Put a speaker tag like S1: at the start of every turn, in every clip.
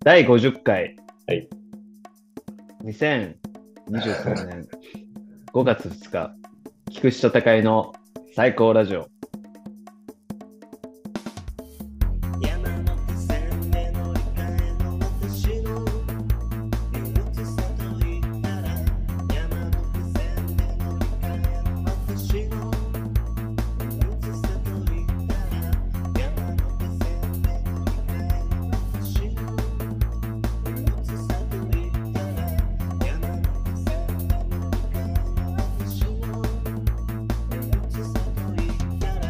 S1: 第50回。
S2: はい。
S1: 2023年5月2日、菊池戦いの最高ラジオ。
S3: 山手線で乗り換えの私の憂鬱さと言ったら山手線で乗り換えの私の憂鬱さと言ったら山手線で乗り換えの私の憂鬱さと言ったら山手線で乗り換えの私の憂鬱さと言ったら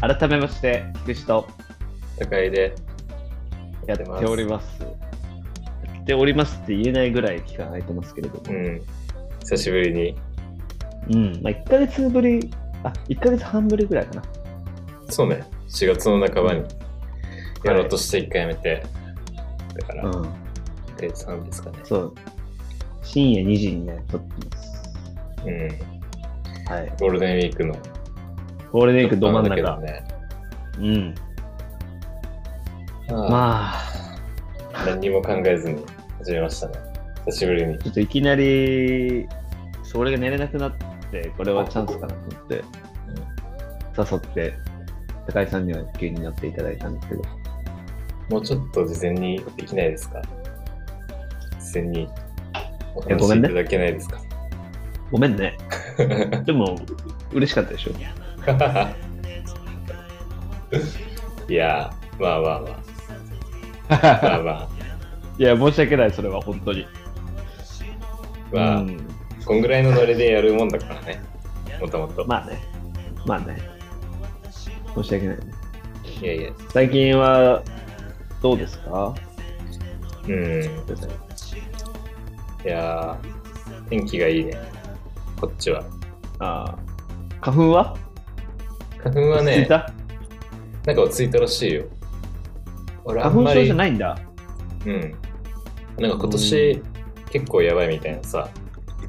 S1: 改めまして、菊池と
S2: 高いで。
S1: やっております。やっておりますって言えないぐらい期間空いてますけれど
S2: う
S1: も。
S2: ん。久しぶりに。
S1: うん。まあ、1ヶ月ぶり、あ、1ヶ月半ぶりぐらいかな。
S2: そうね。4月の半ばにやろうと
S1: し
S2: して1回やめて。だから、1
S1: うん。
S2: ヶ月半ですかね。
S1: そう。深夜2時にね、撮ってます。
S2: うん。
S1: はい。
S2: ゴールデンウィークの。
S1: ゴールデンウィークど真ん中。
S2: だけどね。
S1: うん。
S2: ま
S1: まあ、
S2: あ、何にも考えずに始めましたね。久しぶりに。
S1: ちょっといきなり、それが寝れなくなって、これはチャンスかなと思って、誘って、高井さんには急になっていただいたんですけど、
S2: もうちょっと事前にできないですか事前にお
S1: や
S2: 話
S1: ご
S2: し
S1: めん
S2: い
S1: ね
S2: ただけないですか、
S1: ごめんね。でも、嬉しかった でしょ。
S2: いやー、まあまあまあ。まあまあ。
S1: いや、申し訳ない、それは本当に。
S2: まあ、
S1: うん
S2: こんぐらいのノリでやるもんだからね。もともと。
S1: まあね。まあね。申し訳ない。
S2: いやいや。
S1: 最近は、どうですか
S2: うん。いやー、天気がいいね。こっちは。
S1: あー花粉は
S2: 花粉は
S1: 落ち着
S2: ね
S1: い、た
S2: なんか落ち着いたらしいよ。俺あん
S1: 花粉
S2: ま
S1: 症
S2: り、
S1: じゃ
S2: うん。
S1: ないんだ。
S2: なんか今年結構やばいみたいなさ、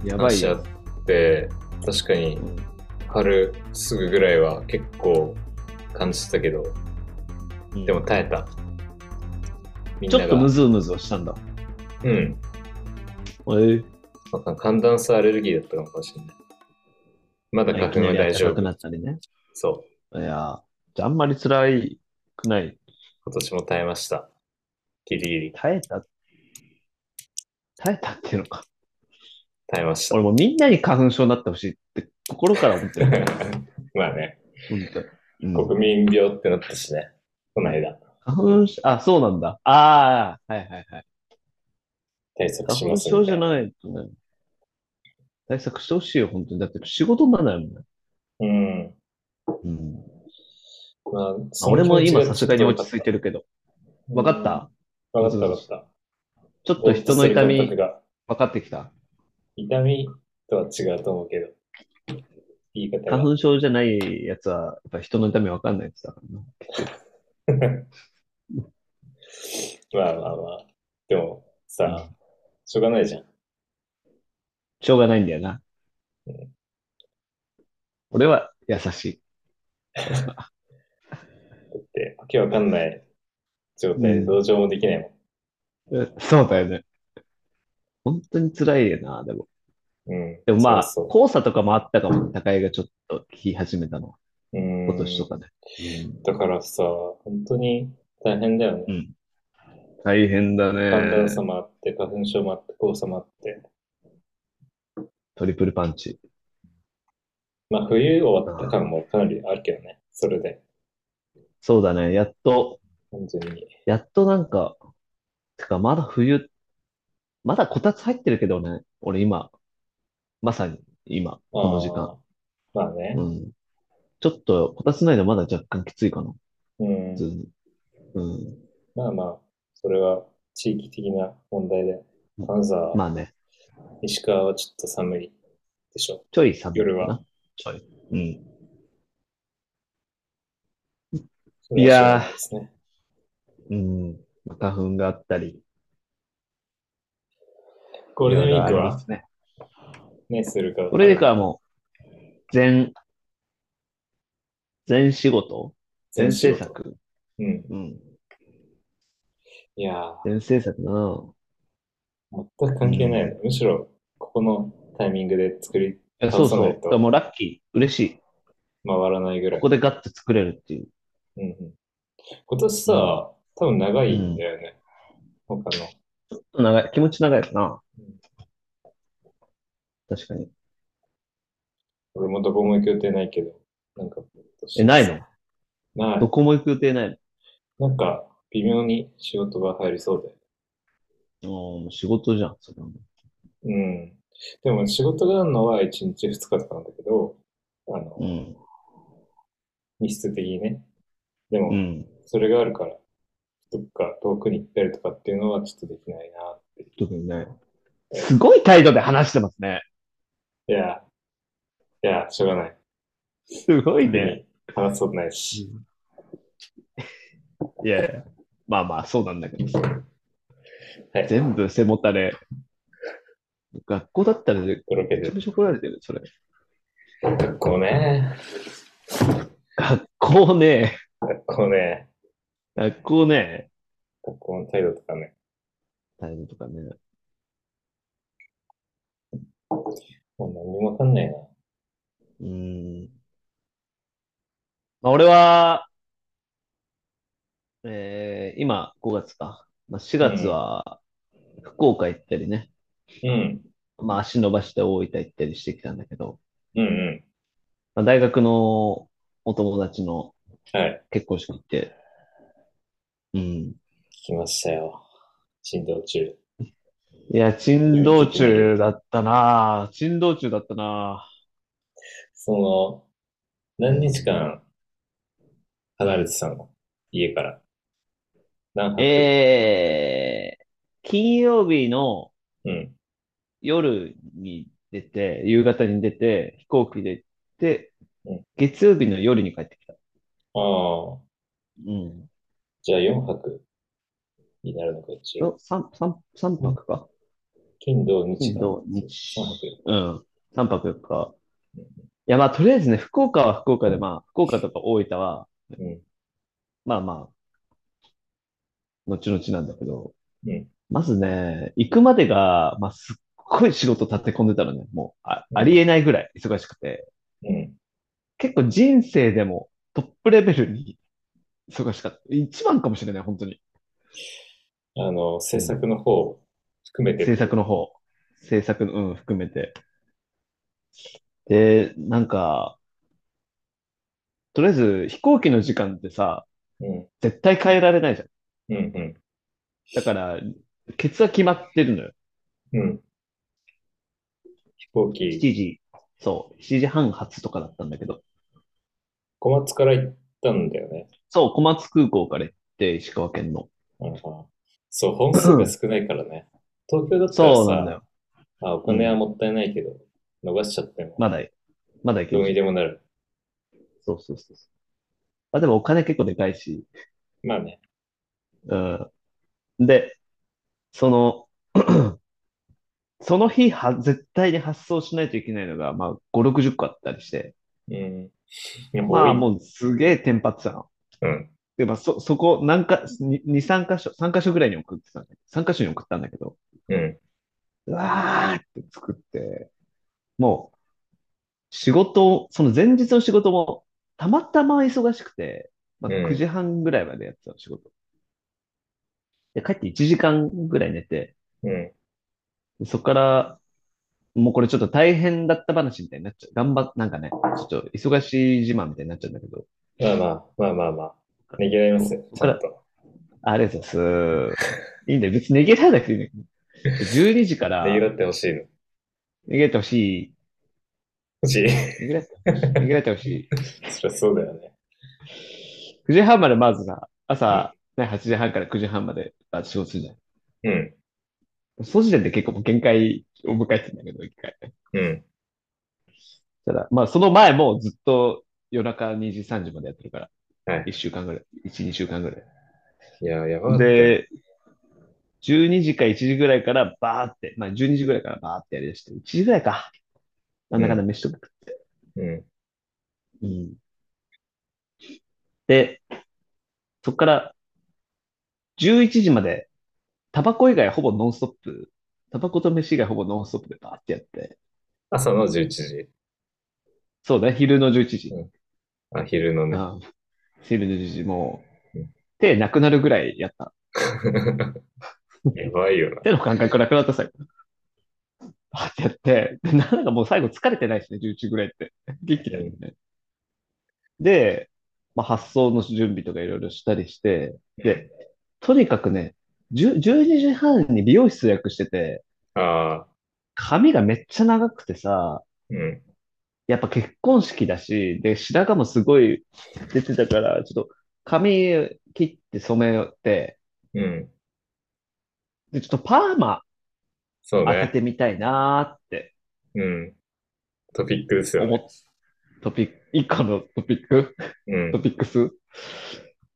S1: やばい
S2: 話あ
S1: よ
S2: っ。て、確かに
S1: うん
S2: 春すぐぐらいは結構感じてたけど、でも耐えた。みん
S1: ち
S2: な
S1: ょ
S2: が
S1: っとムズムズはしたんだ。
S2: うん。
S1: えー、
S2: まあ寒暖差アレルギーだったのかもしれない。まだ花粉は
S1: いきなり暖
S2: 大丈
S1: かく
S2: 夫。
S1: なったりね。
S2: そう。
S1: いやーじゃああんまり辛いくない。
S2: 今年も耐えました。ギリギリ
S1: 耐えた。耐えたっていうのか。
S2: 耐えました
S1: 俺。もうみんなに花粉症になってほしいって心から思ってる。
S2: まあね、
S1: 本当にうん
S2: 国民病ってなったしね、この間、
S1: 花粉症、あ、そうなんだ。ああ、はいはいはい。
S2: 対策し
S1: 花
S2: ま
S1: 粉
S2: す
S1: 症
S2: み
S1: じ
S2: た
S1: ゃ
S2: いな。
S1: ないとね。対策してほしいよ、本当に。だって仕事にならないもんね。
S2: うん。
S1: うん、
S2: まあ、その
S1: 俺も今
S2: 気持ちが
S1: さすがに落ち着いてるけど。分かった、
S2: うんわかったわかった。
S1: ちょっと人の痛
S2: 落ち着いて
S1: み
S2: る感覚が
S1: 分かってきた。
S2: 痛みとは違うと思うけど、言い方
S1: 花
S2: が。
S1: 粉症じゃないやつは、やっぱ人の痛み分かんないやつだからな。
S2: まあまあまあ。でもさ、しょうがないじゃん。
S1: しょうがないんだよな
S2: うん。
S1: 俺は優しい。
S2: って、わけわかんない状態
S1: う
S2: で
S1: ん
S2: 同情もできないもん。
S1: えそうだよね。本当に辛いよな、でも。
S2: うん。
S1: でもまあ、
S2: そうそ
S1: 交差とかもあったかも、高井がちょっと聞き始めたのは、
S2: う。うん。
S1: 今年とかね。
S2: だからさ、本当に大変だよね。
S1: 大変だね。
S2: 寒暖差もあって、花粉症もあって、黄砂もあって。
S1: トリプルパンチ。
S2: まあ、冬終わった感もかなりあるけどね。それで、
S1: そうだね。やっと、
S2: 本当に。
S1: やっとなんか、てかまだ冬、まだこたつ入ってるけどね。俺今、まさに今、この時間。
S2: あー。まあね
S1: う。ん。ちょっと、こたつないのまだ若干きついかな。
S2: うん。
S1: 普通に。うん。
S2: まあまあ、それは地域的な問題で、金沢、
S1: まあね、
S2: 石川はちょっと寒いでしょ。
S1: ちょい寒いか
S2: 夜は
S1: な。ちょい。うん。
S2: それはしょうがないですね。
S1: うん。花粉があったり。
S2: ゴールデンウィー
S1: い
S2: ク
S1: ろいろありま
S2: は
S1: すね。
S2: ね、するか。
S1: これでか、もう、全、全仕事全制
S2: 仕事。
S1: 作
S2: うん。
S1: うん。
S2: いやー、
S1: 全制作だな。
S2: 全く関係ないよね。むしろ、ここのタイミングで作り
S1: いやそう
S2: 倒さ
S1: そ
S2: な
S1: う。
S2: い
S1: だ
S2: と
S1: からもうラッキー。嬉しい。
S2: 回らないぐらい
S1: こ。こでガッと作れるっていう。
S2: うんうん、今年さ、多分長いんだよね。他の。
S1: 長い、気持ち長いかな
S2: うん。
S1: 確かに。
S2: 俺もどこも行く予定ないけど、なんか今年
S1: え、ないの
S2: ない
S1: どこも行く予定ない
S2: なんか、微妙に仕事が入りそうで。
S1: のもう仕事じゃん、それはもう
S2: うん。でも仕事があるのは1日2日とかなんだけど、あの、
S1: うん。
S2: 日数的にね。で
S1: う
S2: も、
S1: ん。
S2: それがあるから、どっか遠くに行ったりとかっていうのはちょっとできないなっていう。
S1: 特にない。すごい態度で話してますね。
S2: いや、いや、しょうがない。
S1: すごいね。
S2: で、話すことないし。
S1: いやいや、まあまあ、そうなんだけどさ。
S2: はい
S1: 全部背もたれ。学校だったら、め
S2: とろけ
S1: ちゃ
S2: て
S1: めちゃ怒られてる、それ。
S2: 学校ね。
S1: 学校ね、
S2: 学校ね。
S1: 学校ね、
S2: 学校の態度とかね。
S1: 態度とかね。
S2: もう何にもわかんないな。
S1: うーん。まあ、俺は、えー、今5月か。まあ、4月は福岡行ったりね。
S2: うん。
S1: まあ足伸ばして大分行ったりしてきたんだけど、
S2: うん
S1: まあ、大学のお友達の
S2: うん。はい。
S1: 結婚式行って、うん。
S2: 聞きましたよ。振動中。
S1: いや、珍道中だったなぁ。珍道中だったな
S2: その、何日間離れてたの家から。
S1: ぁ。
S2: 何泊
S1: えー、金曜日の
S2: うん。
S1: 夜に出て、夕方に出て、飛行機で行って
S2: うん、
S1: 月曜日の夜に帰ってきた。
S2: ああ、
S1: うん。
S2: じゃあ4泊になるのか、一応。
S1: 3、三三泊か
S2: 金、土、日
S1: 金
S2: か。
S1: 土日
S2: 4泊。
S1: うん。3泊4日
S2: うん。
S1: いや、まあ、とりあえずね、福岡は福岡で、まあ、福岡とか大分は、
S2: うん。
S1: まあまあ、後々なんだけど、
S2: うん
S1: まずね、行くまでが、まあ、すっごい仕事立て込んでたのね、もう、あ、
S2: うん
S1: ありえないぐらい忙しくて、
S2: うん。
S1: 結構人生でもトップレベルに忙しかった。一番かもしれない、本当に。
S2: あの、制作の方含め て。
S1: 制作の方、制作の、うん、含めて。で、なんか、とりあえず飛行機の時間ってさ、
S2: うん。
S1: 絶対変えられないじゃん。
S2: うん。
S1: だから、ケツは決まってるのよ。
S2: うん。うん。飛行
S1: 7
S2: 機、
S1: 時、そう、7時半発とかだったんだけど、
S2: 小松から行ったんだよね。
S1: そう、小松空港から行って、石川県の。
S2: うんうんそう、本数が少ないからね。東京だったら
S1: そうなんだ
S2: さ、
S1: よ。
S2: あ、お金はもったいないけど、逃しちゃっても、
S1: まだ、まだ行け
S2: どうに
S1: る。
S2: でもなる。
S1: そうそうそうそう。まあでもお金結構でかいし、
S2: まあね。
S1: うん。で、その、 その日は、絶対に発送しないといけないのが、まあ、5、60個あったりして、
S2: うん。いや
S1: まあ、
S2: 多い
S1: もうすげえテンパってたの。
S2: うん。
S1: で、まあ、そ、そこ、何か、2、3箇所、3箇所ぐらいに送ってたんだけど、3箇所に送ったんだけど、
S2: うん。
S1: うわーって作って、もう、仕事、その前日の仕事も、たまたま忙しくて、まあ、
S2: うん
S1: 9時半ぐらいまでやってたの、仕事。で、帰って1時間ぐらい寝て、
S2: うん。
S1: でそこから、もうこれちょっと大変だった話みたいになっちゃう。頑張っ、なんかね、ちょっと忙しい自慢みたいになっちゃうんだけど、
S2: まあまあ、まあまあまあ。ねぎらいますよ、ちゃんと。
S1: ありがとうございます。いいんだよ。別に逃げられなくていいんだけど。12時から
S2: ねぎら
S1: 逃
S2: ってほしいの。
S1: げてほし
S2: 欲しい。
S1: い。逃げられてほしい。逃げられてほしい。
S2: そりゃそうだよね。
S1: 9時半までまずさ、朝、ね、8時半から9時半まであ仕事するじゃ
S2: うん。
S1: ん。その時点で結構もう限界を迎えてんだけど、一回。
S2: うん。
S1: ただ、まあその前もずっと夜中2時、3時までやってるから。
S2: はい
S1: 1週間ぐらい。1、2週間ぐらい。
S2: いや、やばかった。
S1: で、12時か1時ぐらいからバーって、まあ12時ぐらいからバーってやりだして、1時ぐらいか。なんだかんだ飯とか食って。
S2: うん。
S1: うんで、そこから11時まで、タバコ以外ほぼノンストップ、タバコと飯以外ほぼノンストップでバーってやって、
S2: 朝の11時。
S1: そうだね、昼の11時、
S2: あ、昼のね。
S1: あ昼の11時、もう
S2: うん、
S1: 手なくなるぐらいやった。
S2: やばいよな。
S1: 手の感覚なくなった最後。バーってやって、でなんかもう最後疲れてないしね、11時ぐらいって。元気だよね。で、まあ、発送の準備とかいろいろしたりして、で、とにかくね、10 12時半に美容室予約してて、
S2: ああ、
S1: 髪がめっちゃ長くてさ、
S2: うん。
S1: やっぱ結婚式だし、で、白髪もすごい出てたから、ちょっと髪切って染めて、
S2: うん。
S1: で、ちょっとパーマ
S2: そう
S1: 当て
S2: ね。
S1: てみたいなーって
S2: うん。トピックですよ
S1: 思
S2: ね。
S1: っトピック、一個のトピック、
S2: うん
S1: ト。ピックス。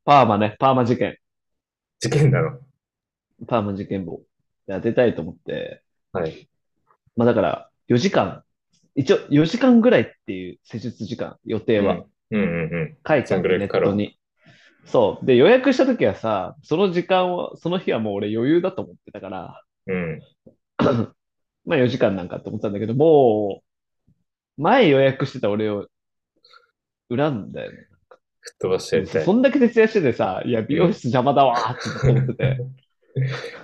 S1: パーマね、パーマ事件、
S2: 事件なの。
S1: パーマ事件簿で当てたいと思って、
S2: はい。
S1: まあだから、4時間、一応4時間ぐらいっていう施術時間、予定は
S2: うんうんうん。
S1: 書いてあ
S2: そん
S1: っ
S2: ぐ
S1: て、
S2: らい
S1: ネ
S2: か
S1: ッ
S2: かる
S1: トに。そう。で、予約した時はさ、その時間を、その日はもう俺余裕だと思ってたから、
S2: うん。
S1: まあ4時間なんかと思ってたんだけど、もう、前予約してた俺を恨んだよね。
S2: 吹っ飛ばしてやりた い
S1: そ。んだけ徹夜しててさ、いや、美容室邪魔だわーってずっと思 ってて、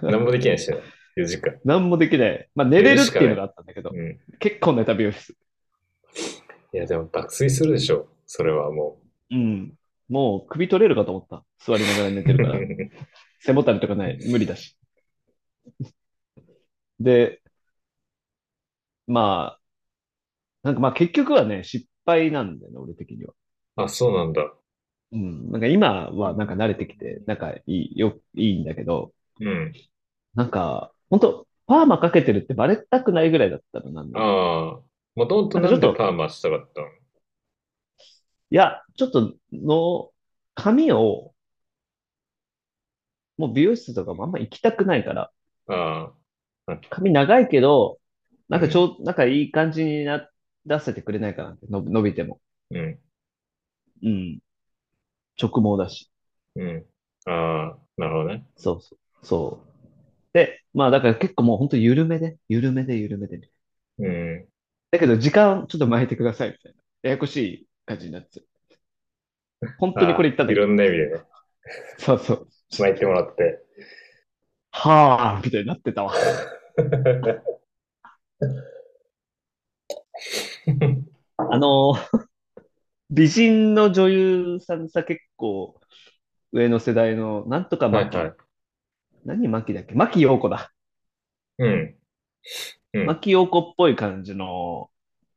S2: 何もできないしね。4時間。
S1: なんもできない。まあ寝れるっていうのがあったんだけど、
S2: うん。
S1: 結構寝た美容室。
S2: いや、でも爆睡するでしょ。それはも
S1: うん。もう首取れるかと思った。座りながら寝て
S2: う。
S1: るから。背もたれとかない。無理だし。で、まあ、なんかまあ結局はね、失敗なんだよね、俺的には。
S2: あ、そうなんだ。
S1: うん。なんか今はなんか慣れてきて、なんかいい、よ、いいんだけど、
S2: うん。
S1: なんか、本当パーマかけてるってバレたくないぐらいだったらなんだ。
S2: ああ。もともとなんでパーマしたかったの
S1: いや、ちょっとの、髪を、もう美容室とかもあんま行きたくないから、
S2: あ
S1: 髪長いけど、なんかちょう、なんかいい感じにな、出せてくれないかなって、の伸びても。
S2: あ。うん。
S1: うん。直毛だし。
S2: うん。ああ。なるほどね。
S1: そうそう。そう。で、まあだから結構もう本当緩めで、緩めで緩めで。
S2: うん。
S1: だけど時間ちょっと巻いてくださいみたいな。ややこしい感じになってる。本当にこれ言ったん
S2: あ
S1: だ
S2: あい
S1: けど。
S2: ろんな意味でね。
S1: そうそう。
S2: 巻いてもらって。
S1: はあ、みたいになってたわ。あの ー美人の女優さんさ、結構、上の世代の、なんとか
S2: はい
S1: マキ、
S2: はい。
S1: 何マキだっけマキ陽子だ。
S2: うん。うん
S1: マキ陽子っぽい感じの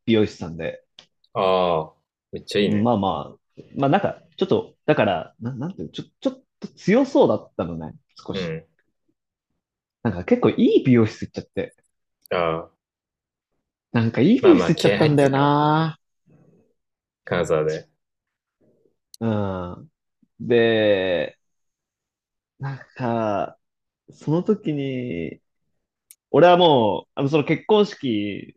S1: 美容師さんで、
S2: ああ。めっちゃいいね。
S1: まあまあ、まあなんか、ちょっと、だから、ななんていうの、ちょ、ちょっと強そうだったのね、少
S2: う
S1: し。
S2: ん。
S1: なんか結構いい美容室行っちゃって、
S2: ああ。
S1: なんかいい美容室行っちゃったんだよな。
S2: 金沢で。
S1: うん。で、なんか、その時に、俺はもう、あの、その結婚式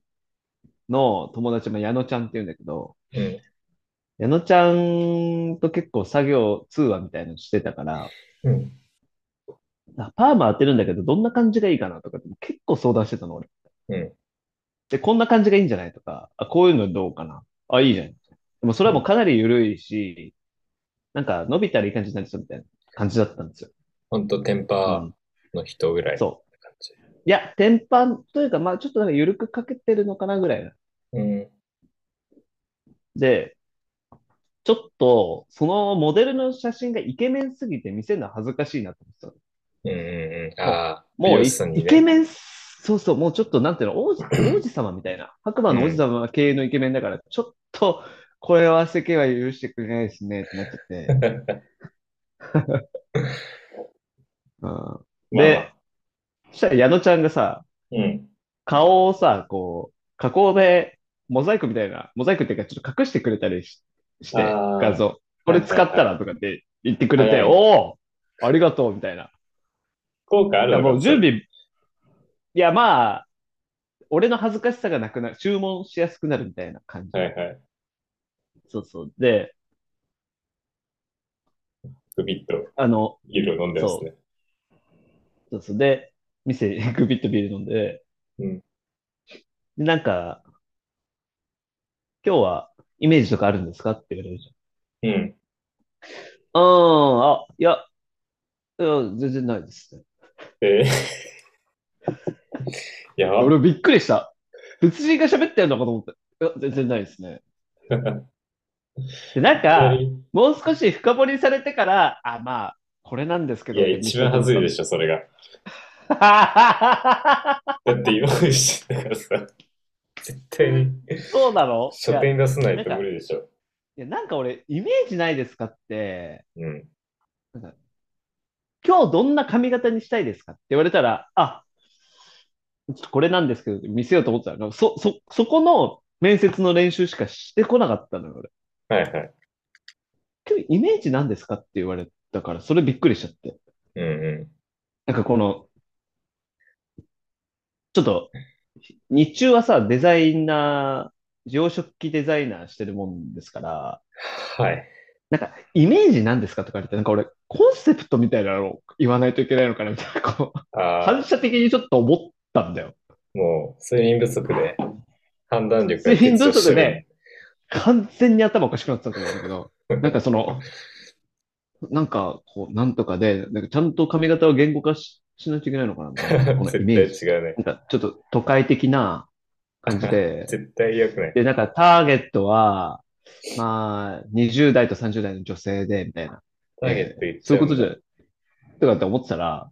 S1: の友達も矢野ちゃんって言うんだけど、
S2: うん。
S1: 矢野ちゃんと結構作業通話みたいなのしてたから、
S2: うん。
S1: あパーマ当てるんだけど、どんな感じがいいかなとかって結構相談してたの、俺。
S2: うん
S1: で、こんな感じがいいんじゃないとか、あ、こういうのどうかな。あ、いいじゃん。でもそれはもうかなり緩いし、なんか伸びたらいい感じになりそうみたいな感じだったんですよ。
S2: ほんと、テン
S1: う
S2: パ
S1: ん
S2: の人ぐらいの
S1: そ
S2: 感じ。
S1: う。いや、天板というか、まあちょっとなんか緩くかけてるのかなぐらいな。
S2: うん。
S1: で、ちょっと、そのモデルの写真がイケメンすぎて見せるのは恥ずかしいなと思ってたの。
S2: うんうんうん。ああ、
S1: もう
S2: 美
S1: イ
S2: 容師さんに
S1: イケ
S2: ね。
S1: メン、そうそう、もうちょっとなんていうの、王 子、王子様みたいな、白馬の王子様系のイケメンだから、ちょっと、これは世間は許してくれないですね、ってなっちゃ って。うん。で、そしたら矢野ちゃんがさ、
S2: うん。
S1: 顔をさ、こう、加工で、モザイクみたいな、モザイクっていうか、ちょっと隠してくれたりし、して、
S2: あー
S1: 画像。これ使ったらとかって言ってくれ
S2: はい
S1: て、
S2: は
S1: お
S2: い
S1: おーありがとうみたいな。
S2: 効果あ
S1: い
S2: る
S1: や
S2: の
S1: もう準備、いやまあ、俺の恥ずかしさがなくなる、注文しやすくなるみたいな感じ。
S2: はいはい。
S1: そうそう。で、
S2: グビッと
S1: あの、
S2: ビールを飲んでますね。
S1: そうそう。で、店、 グビッとビール飲んで、
S2: うん
S1: で、なんか、今日はイメージとかあるんですかって言われるじ
S2: うん。
S1: ゃん。うーん、あ、いや、いや、全然ないですね。
S2: えーやば。
S1: 俺びっくりした。別人が喋ってるのかと思って。いや、全然ないですね。で、なんか、もう少し深掘りされてから、あ、まあ、これなんですけ
S2: い
S1: ど。
S2: や、一番恥ずいで
S1: し
S2: しょ、それが。
S1: ょ。
S2: だって用意してたからさ、絶対 に
S1: そうなのい
S2: 書
S1: や
S2: 店
S1: い
S2: に出さないと無理でしょ。
S1: や、なんか俺、イメージないですかって、
S2: うん。
S1: 今日どんな髪型にしたいですかって言われたら、あ、ちょっとこれなんですけど、見せようと思ってたの。そ、そ、そこの面接の練習しかしてこなかったのよ、俺。
S2: はいはい。
S1: 今日イメージなんですかって言われたから、それびっくりしちゃって。
S2: うんう
S1: なんかこの、ちょっと、日中はさ、デザイナー、常食器デザイナーしてるもんですから、
S2: ん。はい。
S1: なんか、イメージなんですかとか言って、なんか俺、コンセプトみたいなのを言わないといけないのかなみたいな、こう、
S2: あ
S1: 反
S2: あ、
S1: 射的にちょっと思ったんだよ。
S2: もう、睡眠不足で、判断力が
S1: 睡眠
S2: 欠如
S1: 不
S2: し
S1: 足
S2: てる
S1: で。完全に頭おかしくなってたと思うんだけど、なんかその、なんか、こう、なんとかで、なんかちゃんと髪型を言語化し、しないといけないのかなみたいな、このイメージ。
S2: 絶対違うね。
S1: なんか、ちょっと都会的な感じで、
S2: 絶対良くない。
S1: で、なんかターゲットは、まあ、20代と30代の女性で、みたいな。
S2: ターゲット言っち
S1: そう
S2: ゃ
S1: いうことじゃ
S2: んだ。、
S1: とかって思ってたら、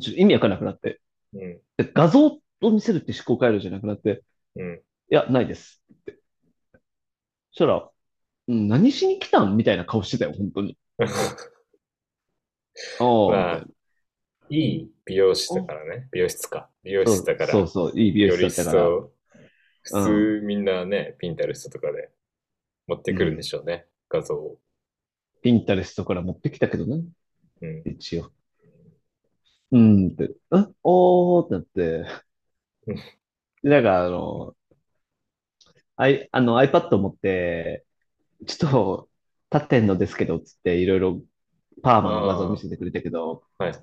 S1: ちょっと意味わかんなくなって、で画像を見せるって思考回路じゃなくなって、
S2: うん。うん。
S1: いや、ないです。って。そしたら、うん何しに来たんみたいな顔してたよ、本当に。
S2: ま
S1: あ
S2: あ、いい美容師だからね。美容室か。美容室だから。
S1: そうそう、いい美
S2: 美
S1: 容
S2: 容
S1: 師だったから。
S2: を普通みんなね、ピンタレストとかで持ってくるんでしょうね、画像を。
S1: ピンタレストから持ってきたけどね、
S2: うん。
S1: 一応。うんって、あおーってなって
S2: うん。
S1: で、なんかあの、あい、あの iPad を持って、ちょっと立ってんのですけど、つっていろいろパーマの画像見せてくれたけど、
S2: はい はい。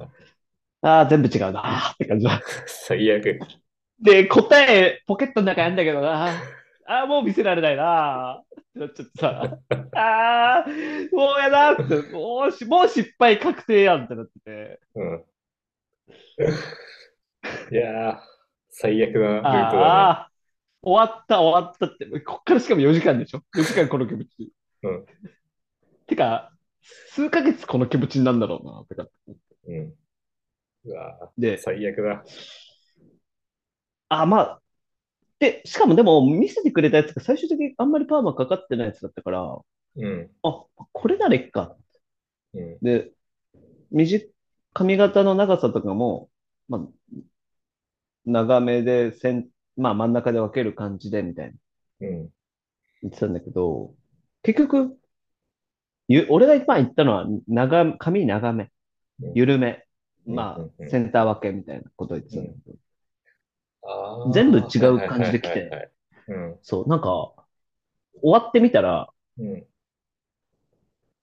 S1: ああー、全部違うなーって感じだ
S2: 最悪。
S1: で、答え、ポケットの中にあんだけどな。あーもう見せられないな。ってなっちゃって さ。あーもうやなって。もうし、もう失敗確定やんってなってて。
S2: うん。いやー、最悪なルートだね。
S1: ああ、終わった、終わったって。こっからしかも4時間でしょ ?4 時間この気持ち。
S2: うん
S1: てか、数ヶ月この気持ちになるんだろうな、とか。
S2: うん。うわー
S1: で、
S2: 最悪だ。
S1: あ、まあ。で、しかもでも見せてくれたやつが最終的にあんまりパーマかかってないやつだったから、あ、
S2: うん。
S1: これならいっか。
S2: うん。
S1: で、短い髪型の長さとかも、まあ、長めで、せん、まあ真ん中で分ける感じでみたいな
S2: うん。
S1: 言ってたんだけど、結局、ゆ、俺が今言ったのは、長、髪長め、
S2: うん
S1: 緩め、
S2: うん
S1: ま
S2: うんう
S1: あ、
S2: ん
S1: センター分けみたいなことを言ってたんだけど、
S2: あー
S1: 全部違う感じで来て
S2: はいはいはいはいうん。
S1: そう、なんか、終わってみたら、
S2: うん。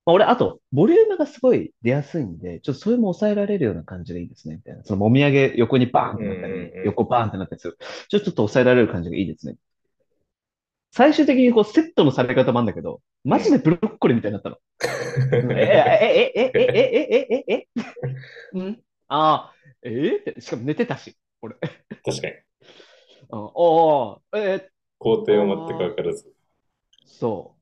S1: まあ、俺、あと、ボリュームがすごい出やすいんで、ちょっとそれも抑えられるような感じがいいですね、みたいな。そのもみあげ横にバーンってなった
S2: うんうんうん
S1: り、横バーンってなったりする。ちょっとちょっと抑えられる感じがいいですね。最終的にこうセットのされ方もあるんだけど、マジでブロッコリーみたいになったの。え、え、え、え、え、え、え、え、え、え、うんああ、えーって、しかも寝てたし。
S2: 確かに。
S1: うん、おー、えー、
S2: 工程を全く分からず。
S1: そ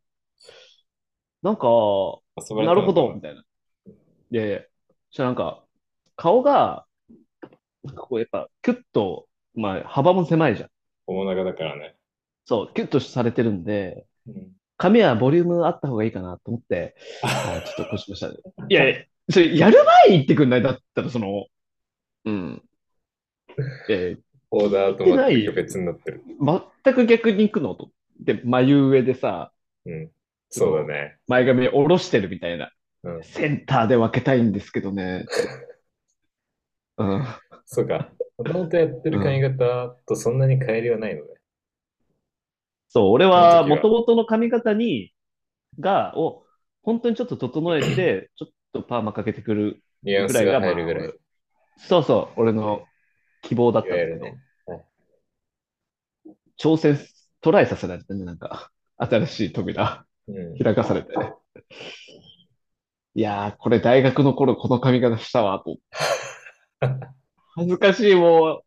S1: う。なんか、
S2: 遊ばれ
S1: な
S2: た
S1: るほ
S2: のか
S1: ど、みたいな。いやいや、じゃなんか、顔が、なんかこうやっぱ、キュッと、まあ、幅も狭いじゃん。
S2: 大長だからね。
S1: そう、キュッとされてるんで、
S2: うん
S1: 髪はボリュームあった方がいいかなと思って、はいちょっと腰しましたね。いやいや、それ、やる前に言ってくんないだったら、その、うん。え
S2: オーダーと全く別になってる。
S1: 全く逆に行くのと。で、眉上でさ、
S2: うん。そうだね。
S1: 前髪下ろしてるみたいな。
S2: うん。
S1: センターで分けたいんですけどね。うん。
S2: そうか。もともとやってる髪型とそんなに変えりはないのね。
S1: そう、俺は
S2: その時
S1: 元
S2: は
S1: 々の髪型に、が、を、本当にちょっと整えて、ちょっとパーマかけてくる。
S2: ニュアンスが入るぐらい。
S1: そうそう、俺の希望だったんだけ
S2: い
S1: ど
S2: わゆるねはい。
S1: 挑戦、トライさせられたね、なんか、新しい扉、
S2: うん。
S1: 開かされて。いやー、これ大学の頃この髪型したわ、と。恥ずかしい、も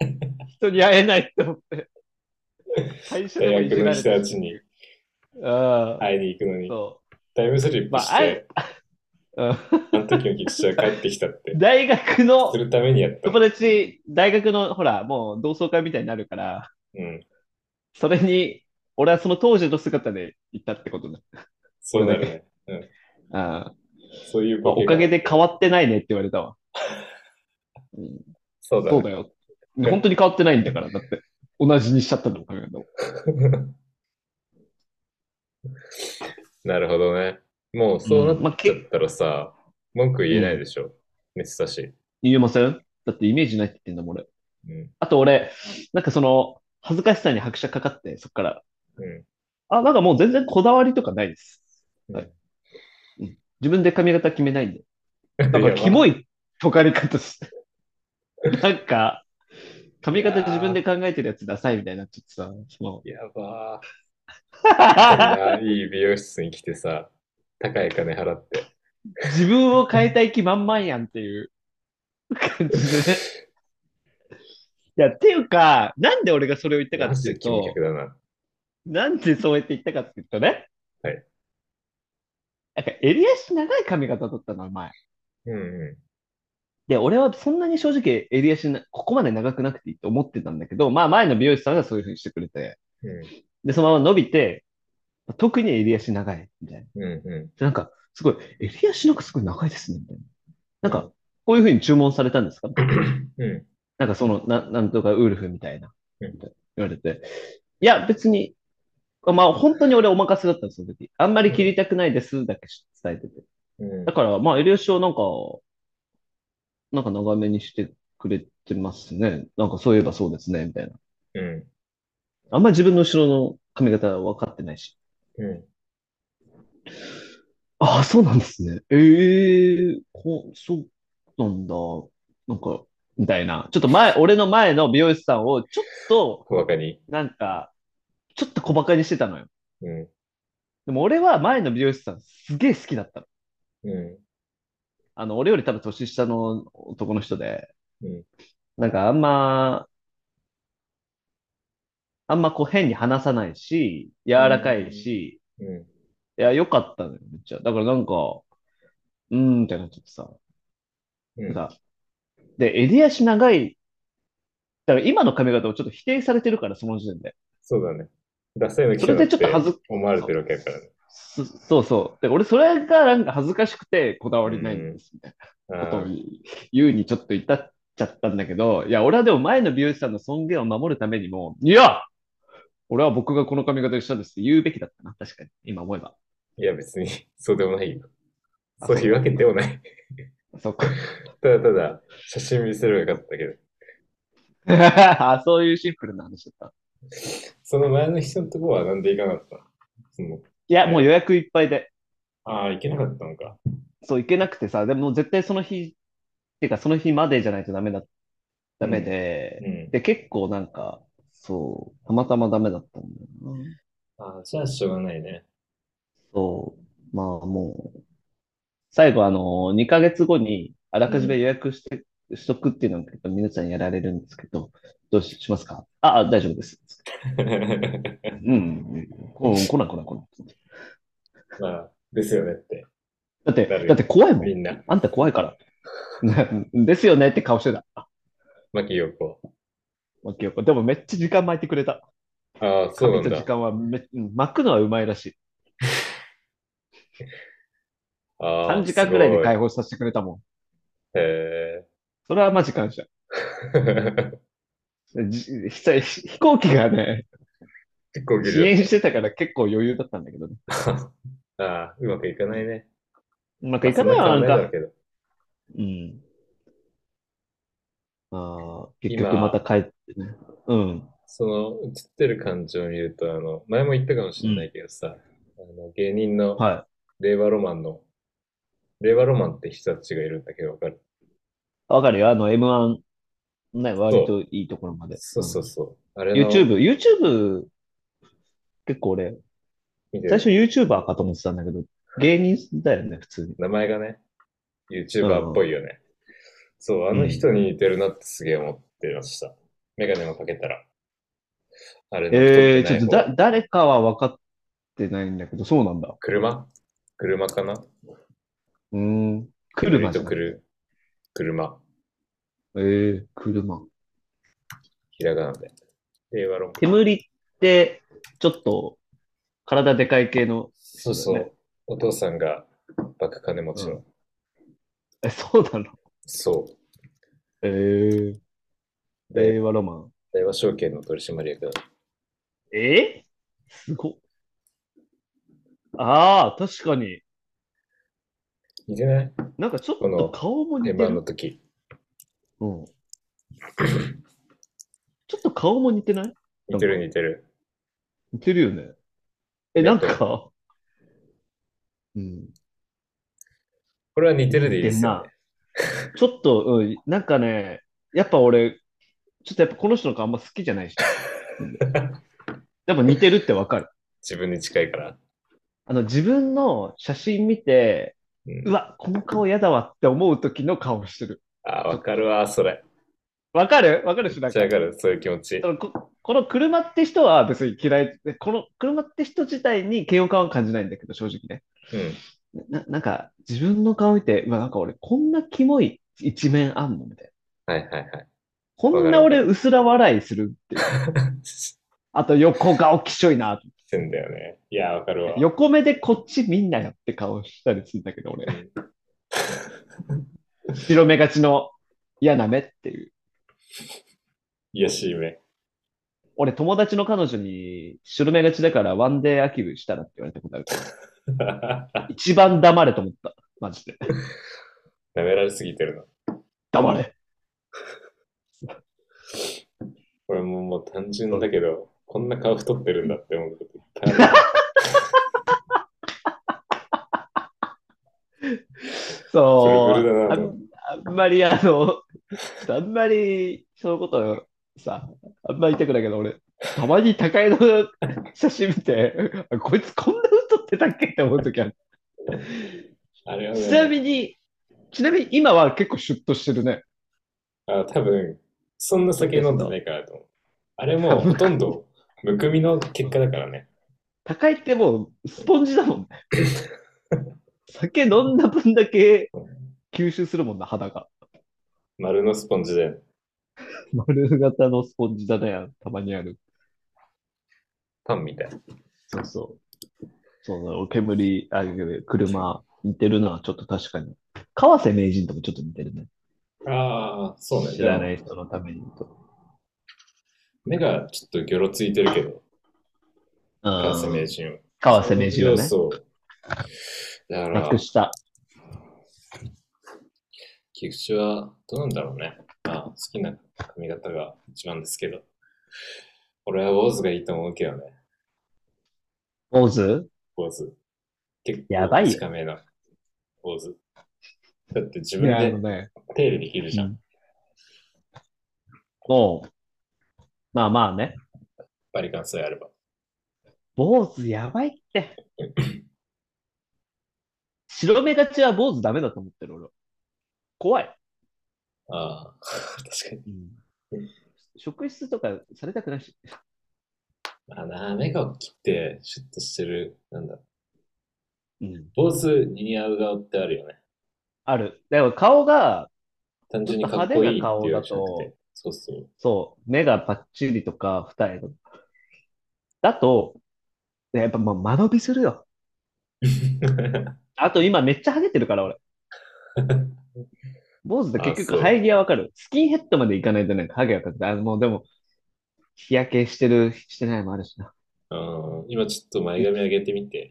S1: う。人に会えないと思 って。会社でも
S2: 大
S1: いじ
S2: 学
S1: ら
S2: の
S1: れ
S2: 人
S1: て
S2: た
S1: る
S2: ちに
S1: ああ、
S2: 会いに行くのに、
S1: そ
S2: タイムスリップして、
S1: ううん。
S2: あの時の菊池は帰ってきた って。
S1: 大学の
S2: するためにやった。
S1: 友達、大学のほら、もう同窓会みたいになるから、
S2: うん。
S1: それに、俺はその当時の姿で行ったってことね。
S2: そうだ ね。
S1: ああ
S2: そういう
S1: まあ、
S2: ボ
S1: お
S2: ケが
S1: かげで変わってないねって言われたわ。うん、
S2: そうだ
S1: そうだ
S2: ね。
S1: よ。本当に変わってないんだから、だって。同じにしちゃったんだもん、髪型を
S2: なるほどね。もうそうな
S1: うんまあ
S2: っち
S1: け
S2: ゃったらさ、文句言えないでしょ。めっちゃし。
S1: 言えませんだってイメージないって言ってんだもん、俺。
S2: うん。
S1: あと俺、なんかその、恥ずかしさに拍車かかって、そっから。
S2: うん。
S1: あ、なんかもう全然こだわりとかないです。
S2: うん
S1: はい。うん自分で髪型決めないんで。なん
S2: い
S1: か、
S2: やまあ
S1: キモいとがり方し、なんか、髪型自分で考えてるやつダサいみたいになっちゃってさ、そ の、
S2: やばー。いい美容室に来てさ、高い金払って。
S1: 自分を変えたい気満々やんっていう感じでね。いや、っていうか、なんで俺がそれを言ったか
S2: マ
S1: っ
S2: ジ
S1: てい
S2: で
S1: う
S2: 金
S1: と、
S2: 客だな。
S1: なんでそうやって言ったかっていうとね、
S2: はい。
S1: なんか、襟足長い髪型だったの、前。
S2: うんう
S1: で、俺はそんなに正直襟足な、ここまで長くなくていいと思ってたんだけど、まあ前の美容師さんがそういうふうにしてくれて、
S2: ん。う
S1: で、そのまま伸びて、特に襟足長い、みたいな。で
S2: んうんう
S1: なんか、すごい、襟足なんかすごい長いですね、みたいな。なんか、こういうふうに注文されたんですか
S2: ん。う
S1: なんかその、な、なんとかウルフみたいな、
S2: うん
S1: みたいな言われて。いや、別に、まあ本当に俺お任せだったんですよ、その時。あんまり切りたくないです、だけ伝えてて。
S2: ん。うん
S1: だから、まあ、エリオシをなんか、なんか長めにしてくれてますね。なんかそういえばそうですね、みたいな。
S2: う
S1: あんまり自分の後ろの髪型は分かってないし。
S2: ん。う
S1: ああ、そうなんですね。ええこ、そうなんだ。なんか、みたいな。ちょっと前、俺の前の美容師さんを、ちょっと、
S2: ん。小バカに。
S1: なんか、ちょっと小馬鹿にしてたのよ。
S2: うん。
S1: でも俺は前の美容師さんすげえ好きだったの。
S2: う
S1: あの、俺より多分年下の男の人で、
S2: うん
S1: なんかあんま、あんまこう変に話さないし、柔らかいし、
S2: ん。う
S1: いや、良かったのよ、めっちゃ。だからなんか、うーんってなっちゃってさ、
S2: ん。う
S1: なん
S2: ん。
S1: か、で、襟足長い、だから今の髪型をちょっと否定されてるから、その時点で。
S2: そうだね。ダサいの
S1: そ
S2: 来た
S1: れ
S2: な
S1: で
S2: っ
S1: ちょっと恥
S2: て
S1: ず、
S2: 思われてるわけだからね。
S1: そそうそう。で、俺それがなんか恥ずかしくてこだわりないんです、みたいな。こと
S2: あ
S1: を
S2: ー
S1: 言うにちょっと至っちゃったんだけど、いや、俺はでも前の美容師さんの尊厳を守るためにも、いや俺は僕がこの髪型にしたんですって言うべきだったな、確かに。今思えば。
S2: いや、別に、 そうでもないよ。
S1: あ
S2: そういうわけでもない。
S1: そ っか。
S2: ただただ、写真見せればよかったけど。
S1: あそういうシンプルな話だった。
S2: その前の人のとこはなんで行かなかったその
S1: いや、もう予約いっぱいで。
S2: ああ、行けなかったのか。
S1: そう、行けなくてさ、でも絶対その日、てかその日までじゃないとダメだ、ダメで、
S2: うん。
S1: で、結構なんか、そう、たまたまダメだったんだよな。
S2: ああ、じゃあしょうがない ね。
S1: そう、まあもう、最後あの、2ヶ月後にあらかじめ予約して、しとくっていうのを結構皆さんやられるんですけど、どうし、しますかあ、あ、大丈夫です。うん、うん、うん、来ない来ない来ない。
S2: まあ、ですよねって、
S1: だって、
S2: なるよ
S1: だって怖いもん。
S2: みんな。
S1: あんた怖いから。 ですよねって顔してた。
S2: 牧陽子。
S1: 牧陽子でもめっちゃ時間巻いてくれた。
S2: ああ、そうなん
S1: かけた
S2: だ
S1: 時。間はめ、うん巻くのはうまいらしい。
S2: ああ、
S1: 3時間ぐらい
S2: す
S1: で
S2: ご
S1: 解放させてくれたもん。
S2: へ
S1: それはマジ感謝。
S2: え。
S1: じひさひ飛行機がね、
S2: 結構ギ
S1: 遅
S2: リ
S1: 延してたから結構余裕だったんだけどね。
S2: ああ、うまくいかないね。
S1: うまくいかないわ、
S2: そ
S1: なん
S2: な考えだ
S1: か。
S2: けど。
S1: うん。ああ、結
S2: 今
S1: 局また帰ってね。うん。
S2: その映ってる感情を見ると、あの、前も言ったかもしれないけどさ、あの芸人の
S1: はい。
S2: 令和ロマンの、令和ロマンって人たちがいるんだけど、わかる
S1: わかるよ。あの、M1、ね、割といいところまで。
S2: そうそうそう。あれの、
S1: YouTube、YouTube、結構俺、
S2: 見て
S1: 最
S2: る
S1: 初 YouTuber かと思ってたんだけど、芸人だよね、普通に。
S2: 名前がね、YouTuber っぽいよね。そう、あの人に似てるなってすげえ思ってました。メガネもかけたら。あれの
S1: ええ
S2: 太
S1: ちょ
S2: て
S1: っ
S2: な
S1: と
S2: い方
S1: だ、誰かは分かってないんだけど、そうなんだ。
S2: 車車かな
S1: うーん。
S2: ゆ
S1: 車
S2: る
S1: じゃ
S2: と
S1: ん。
S2: くる。車。
S1: ええ車。
S2: ひらがなで。令和ロマン。
S1: 煙って、ちょっと、体でかい系の、
S2: そうそう。お父さんがバカ金持ち
S1: う
S2: の。
S1: え、そうなの
S2: そ
S1: ええ
S2: う。
S1: 令
S2: で、
S1: 和ロマン。
S2: 大和証券の取締役だ。
S1: ええすごっ。ああ、確かに。
S2: 似てない
S1: なんかちょっ
S2: この
S1: と顔も似て
S2: ?M1 の
S1: る。
S2: 時。
S1: うん。 ちょっと顔も似てない
S2: 似てる似てる。
S1: 似てるよね。え、なんか、うん。
S2: これは似てるでいいです
S1: 似
S2: よね。
S1: ちょっと、うん、なんかね、やっぱ俺、ちょっとやっぱこの人の顔あんま好きじゃない し。やっぱ似てるってわかる。
S2: 自分に近いから。
S1: あの、自分の写真見て、
S2: うん
S1: うわ、この顔嫌だわって思う時の顔してる。
S2: あー、わかるわ、それ。
S1: わかるわかるし、
S2: め
S1: な
S2: っ
S1: ん
S2: ち
S1: か
S2: ゃ。わかる、そういう気持ち
S1: そ。のここの車って人は別に嫌い、この車って人自体に嫌悪感は感じないんだけど、正直ね。
S2: うん。
S1: な、なんか、自分の顔見て、うわ、なんか俺、こんなキモい一面あんのみたいな。
S2: はいはいはい。
S1: こんな俺、薄ら笑いするっていう。あと、横顔きしょいな。
S2: してんだよね。いやー、わかるわ。
S1: 横目でこっち見んなよって顔したりするんだけど、
S2: う
S1: 俺。
S2: ん
S1: 白目がちの嫌な目っていう。
S2: 癒やしい 目。
S1: 俺、友達の彼女に、白目がちだからワンデーアキルしたらって言われたことあるから。一番黙れと思った。マジで。
S2: 舐められすぎてるな。
S1: 黙れ。
S2: 俺ももう単純だけど、こんな顔太ってるんだって思うこといっぱいあ
S1: そう。
S2: ブルブル
S1: あ
S2: だな
S1: んあんまり、あの、あんまり、そのことさ、あんまり言いたくないけど、俺、たまに高井の写真見て、あこいつこんな太ってたっけって思うときある。
S2: る。あれは
S1: ちな
S2: ね、
S1: みに、ちなみに今は結構シュッとしてるね。
S2: あ多分、そんな酒飲んでないからだと思う。あれ もうほとんど、むくみの結果だからね。
S1: 高井ってもうスポンジだもんね。酒飲んだ分だけ吸収するもんな、肌が。
S2: 丸のスポンジで。
S1: 丸型のスポンジだね、たまにある。
S2: パンみたい。
S1: そうそう。そうだ、お煙、あ、車、似てるのはちょっと確かに。川瀬名人ともちょっと似てるね。
S2: ああ、そうね。
S1: 知らない人のために言うと。
S2: 目がちょっとギョロついてるけど、
S1: 川
S2: 川瀬名人は。
S1: 川瀬名人をね、
S2: そう。だ
S1: な
S2: から
S1: く、した。
S2: 菊池はどうなんだろうね。まあ、好きな髪型が一番ですけど。俺は坊主がいいと思うけどね。
S1: 坊主
S2: ポーズ。結構
S1: やばいよ
S2: 近めなポーズ。だって自
S1: い
S2: 分
S1: や、あ
S2: で
S1: のね。
S2: 手入れできるじゃん。
S1: う
S2: やっ
S1: んもう、まあまあね。
S2: ぱり感想やれば。
S1: 坊主やばいって。白目がちは坊主ダメだと思ってる、俺は。怖い。
S2: ああ、 確かに。
S1: 職質とかされたくないし。
S2: まあな、目が大きくて、シュッとしてる、なんだ。
S1: うん。
S2: 坊主に似合う顔ってあるよね。
S1: ある。だから顔が、
S2: 単純にかっこいいっていうわけじゃな
S1: ちょっと派手な
S2: く
S1: 顔だ
S2: て。そうそう。
S1: そう、目がパッチリとか、二重とか。だと、ねやっぱもう間延びするよ。あと今めっちゃハゲてるから、俺。坊主で結局
S2: あそう
S1: 生え際わかる。スキンヘッドまでいかないとね、ハゲわかって。あの、もうでも、日焼けしてる、してないもあるしな。
S2: うん、今ちょっと前髪上げてみて。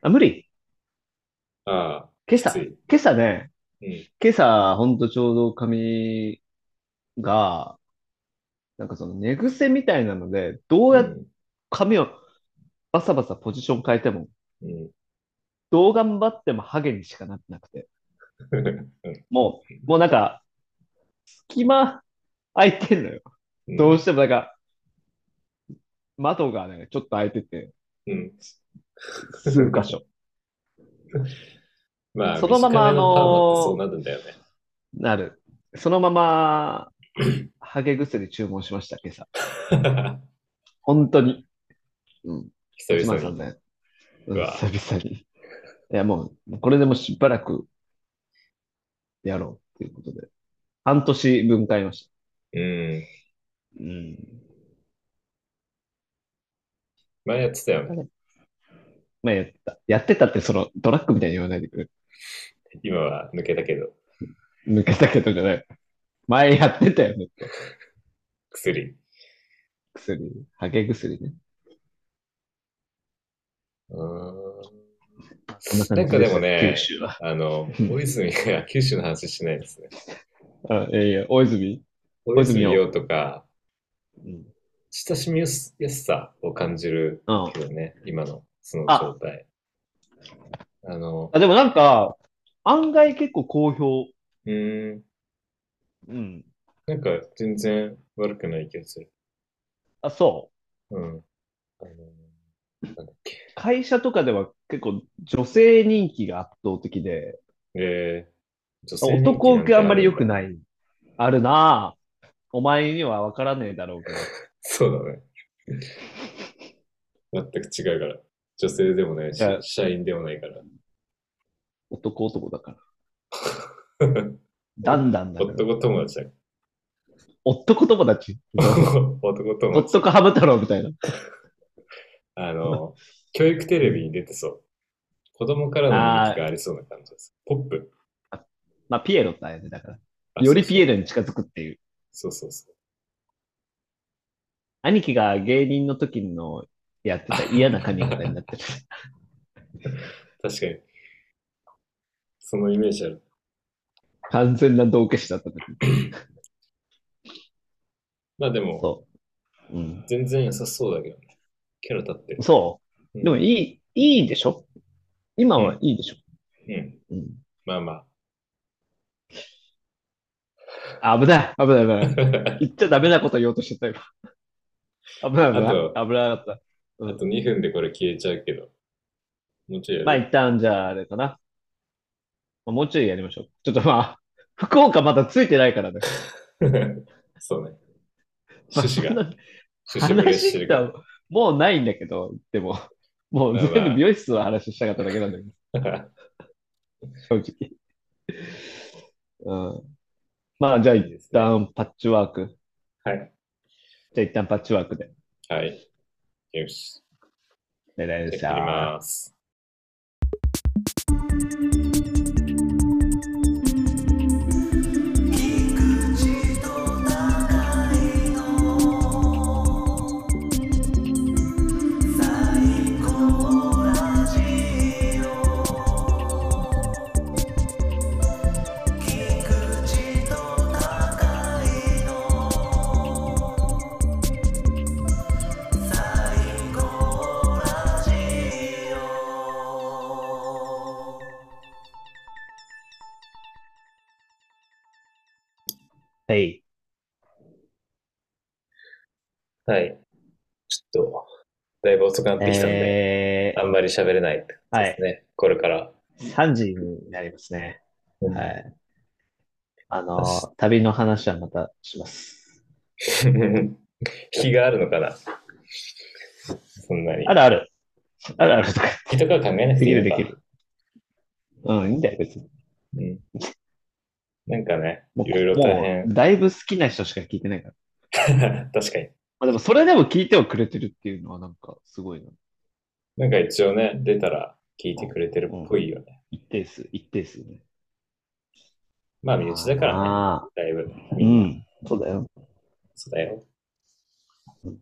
S1: あ、無理。
S2: あ
S1: 今
S2: あ、
S1: 朝、
S2: つ
S1: 今
S2: い。
S1: 朝ね、
S2: うん。
S1: 今朝、ほんとちょうど髪が、なんかその寝癖みたいなので、どうやっ髪をバサバサポジション変えても、
S2: うんうん
S1: どう頑張ってもハゲにしかなってなくて。もう、もうなんか、隙間空いてんのよ。
S2: うん
S1: どうしてもなんか、窓がね、ちょっと開いてて、
S2: うん。
S1: 数箇所。
S2: まあ、
S1: そのまま
S2: 短め
S1: あ
S2: のパーマって
S1: のー
S2: そうなるんだよね。
S1: なる。そのまま、ハゲ薬注文しました、今朝。本当に。うん。
S2: 久
S1: すま
S2: 々
S1: ん
S2: に。
S1: ね。うん
S2: うわ
S1: 久々に。いや、もう、これでもうしばらく、やろう、ということで。半年分買いました。
S2: うん。
S1: うん。
S2: 前やってたよね。
S1: まあ、やってた。やってたって、その、ドラッグみたいに言わないでくれ。
S2: 今は抜けたけど、
S1: 抜けたけどじゃない。前やってたよね。
S2: 薬。
S1: 薬。ハゲ薬ね。
S2: うーん。
S1: そんな感じ
S2: なんかでもね
S1: 九州は。
S2: あの、大泉が 九州の話しないですね。
S1: あ、いやいや、大泉。
S2: 大
S1: 泉
S2: 泉
S1: 洋
S2: 洋とか、
S1: うん。
S2: 親しみやすさを感じる
S1: あ
S2: けどね、今のその
S1: あ
S2: 状態。あの、
S1: でもなんか、案外結構好評。
S2: うーん、
S1: うん。
S2: なんか全然悪くない気がする。
S1: あ、そ
S2: うん。あの、なんだっけ。
S1: う。会社とかでは結構女性人気が圧倒的で、
S2: えー、女性人気
S1: 男受けあんまり良く
S2: い。
S1: ない。あるなぁ。お前には分からねえだろうけど。
S2: そうだね。全く違うから。女性でもないし
S1: いや、
S2: 社員でもないから。
S1: 男男だから。だんだんだから。
S2: 男友達だ
S1: 男友達。
S2: 男友達。
S1: 男ハム太郎みたいな。
S2: あの、教育テレビに出てそう。子供からの人気がありそうな感じです。ポップ。
S1: まあ、ピエロってあれでだから。
S2: あ
S1: よりピエ
S2: ロ。
S1: ロに近づくっていう。
S2: そうそうそう。
S1: 兄貴が芸人の時のやってた嫌な髪型にな ってる。
S2: 確かに。そのイメージある。
S1: 完全な道化師だった時。
S2: まあでも、
S1: そう。うん。
S2: 全然良さそうだけどね。キャラ立ってる。
S1: そう。
S2: うん
S1: でもいい、いいでしょ今はいいでしょ、
S2: うん。
S1: うん、
S2: まあま あ。
S1: あ危ない、危ない、危な い。言っちゃダメなこと言おうとしてたよ。危ない、危ない。
S2: あ
S1: 危なかった。
S2: あと2分でこれ消えちゃうけど。もうちょいやる。
S1: まあ一旦じゃああれかな。まあもうちょいやりましょう。ちょっとまあ、福岡まだついてないからね。
S2: そうね。 趣旨
S1: まあ
S2: が、
S1: そんな
S2: 趣旨ぶれして
S1: 話
S2: る
S1: し
S2: か
S1: た
S2: ら
S1: ら。もうないんだけど、でも、もう全部美容室の話したかっただけなんだけど。正直。うん。まあ、じゃあ
S2: いいで
S1: 一
S2: すね
S1: 旦パッチワーク。
S2: はい。
S1: じゃあ一旦パッチワークで。
S2: はい。よし。
S1: 狙いで
S2: じ
S1: し
S2: ゃあ切り
S1: た。
S2: ます。
S3: 最高ラジオ
S1: はい。
S2: はい。ちょっと、だいぶ遅くなってきたんで、
S1: え
S2: あんまり喋れないってことですね。これから。
S1: ー、3時になりますね。
S2: うん
S1: はい。あの
S2: よし、
S1: 旅の話はまたします。
S2: 引きがあるのかなそんなに
S1: あ。るある。あるあるとか。
S2: 人から考えなく
S1: で
S2: てい
S1: き
S2: い
S1: る
S2: の
S1: で
S2: か
S1: きる。うん、いいんだよ、別に。
S2: うんなんかね、
S1: もう
S2: いろいろ大変
S1: も。うだいぶ好きな人しか聞いてないから。
S2: 確かに。
S1: まあでも、それでも聞いてはくれてるっていうのはなんか、すごいな。
S2: なんか一応ね、出たら聞いてくれてるっぽいよね。
S1: 一定数、一定数ね。
S2: まあ、身内だからね、
S1: あ
S2: だいぶ。
S1: あ、うん。そうだよ。
S2: そうだよ。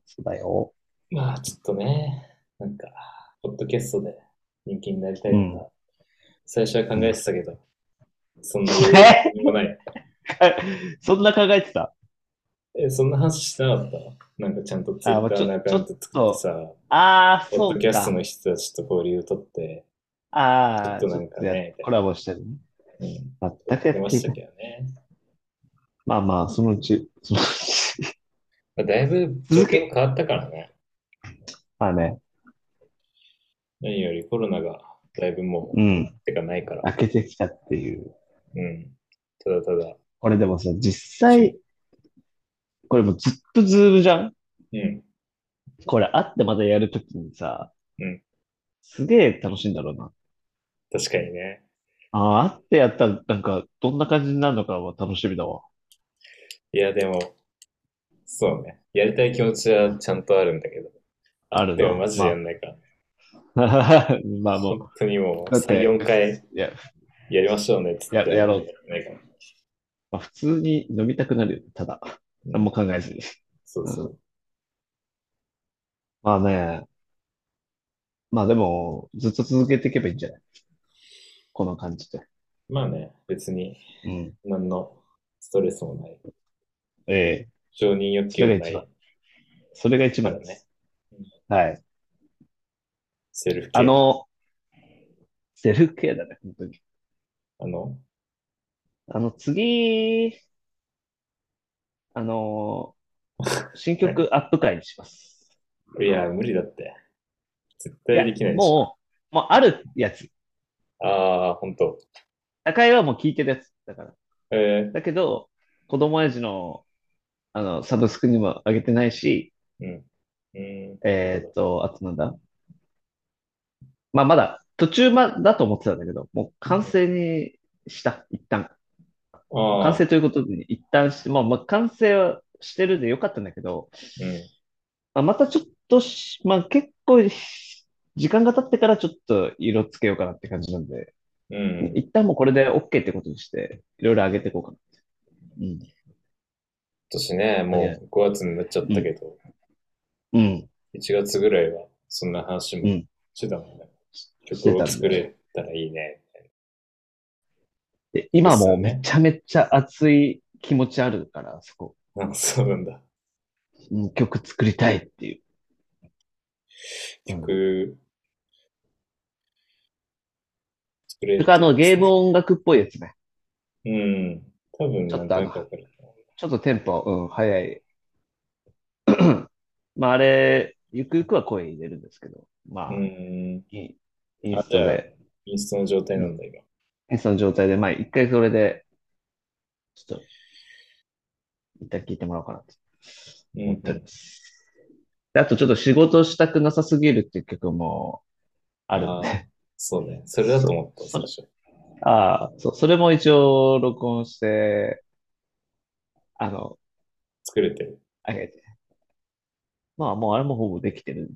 S1: そうだよ。
S2: まあ、ちょっとね、なんか、ポッドキャストで人気になりたいとか、
S1: うん
S2: 最初は考えてたけど、そんなにもない。
S1: そんな考えてた
S2: え、そんな話してなかったなんかちゃんとツイ
S1: あ
S2: ッ
S1: まあ
S2: タ
S1: ち
S2: ー
S1: ょ
S2: のアカウント作ってさ、
S1: ああ、
S2: ポ
S1: そ
S2: ッ
S1: う
S2: ドキャスト
S1: か。
S2: の人たちと交流を取って、
S1: ああ、
S2: ちょっとなんか
S1: ちょ
S2: ね
S1: っとやコラボしてるね。
S2: うん、
S1: 全くや
S2: 出
S1: っ
S2: ま
S1: て
S2: し
S1: い
S2: た
S1: ない。
S2: けどね。
S1: まあまあ、そのうち、 そのうち。
S2: まあ、だいぶ状況変わったからね。
S1: まあね、
S2: 何よりコロナがだいぶも
S1: うん。
S2: う、てかないから。
S1: 開けてきたっていう。
S2: うん。ただただ。
S1: これでもさ、実際、これもうずっとズームじゃん
S2: うん。
S1: これ、会ってまたやるときにさ、
S2: うん
S1: すげえ楽しいんだろうな。
S2: 確かにね。
S1: ああ、会ってやったら、なんか、どんな感じになるのかは楽しみだわ。
S2: いや、でも、そうね。やりたい気持ちはちゃんとあるんだけど。
S1: ある
S2: で
S1: な
S2: もマジでやんないから。
S1: まあ まあもう、
S2: 本当にもう、
S1: だって
S2: 3、4回
S1: いや、
S2: やりましょうねっつって。
S1: ややろう
S2: やんないから。
S1: まあ、普通に飲みたくなるよ、ただ。何も考えずに。
S2: そうそう。
S1: まあね。まあでも、ずっと続けていけばいいんじゃないこの感じで。
S2: まあね、別に
S1: うん。
S2: 何のストレスもない。
S1: ええ。
S2: 承認欲求もな
S1: それが一
S2: い。
S1: それが一番です。はい。
S2: セルフケア。
S1: あ、の、セルフケアだね、本当に。
S2: あの、
S1: あの、次、あの、 新曲アップ会にします。
S2: いや、無理だって。絶対できない
S1: や
S2: でしょ。
S1: もう、もうあるやつ。
S2: ああ、本当。
S1: 高井はもう聞いてるやつだから。
S2: え
S1: だけど、子供親父の、あの、サブスクにも上げてないし、
S2: ー、うん。うん。
S1: えーっと、あとなんだ。まあ、まだ、途中まだと思ってたんだけど、もう完成にした、一旦。
S2: ああ、
S1: 完成ということで、一旦して、まあ、まあ、完成はしてるんでよかったんだけど、
S2: うん。
S1: まあ、またちょっとし、まあ、結構、時間が経ってからちょっと色つけようかなって感じなんで、
S2: うん。
S1: 一旦もうこれで OK ってことにして、いろいろ上げていこうかなって。
S2: 今年ね、もう5月になっちゃったけど、
S1: うん。うん。
S2: 1月ぐらいはそんな話も
S1: うん
S2: してたもんね。
S1: して
S2: 曲
S1: た
S2: を
S1: ね
S2: 作れたらいいね。
S1: で、今
S2: です
S1: も
S2: よ
S1: う
S2: ね
S1: めちゃめちゃ熱い気持ちあるから、そこ。
S2: あそうなんだ。
S1: うん曲作りたいっていう。
S2: 曲、作れ
S1: それからあの、ゲーム音楽っぽいやつね。
S2: うん。多分、なんとなくわかる。
S1: ちょっとテンポ、うん、早い。 まあ、あれ、ゆくゆくは声入れるんですけど、まあ、
S2: うん。
S1: インインスト
S2: あじゃあ
S1: で。
S2: インストの状態なんだ、今。
S1: テストの状態で、まあ、一回それで、ちょっと、一旦聞いてもらおうかなと
S2: う
S1: 思っ
S2: ん
S1: ております。であと、ちょっと仕事したくなさすぎるっていう曲もあるん
S2: あ
S1: で、
S2: そうね。それだと思った、最初。
S1: ああ、そう、それも一応録音して、あの、
S2: 作れてる。
S1: あげて。まあ、もうあれもほぼできてる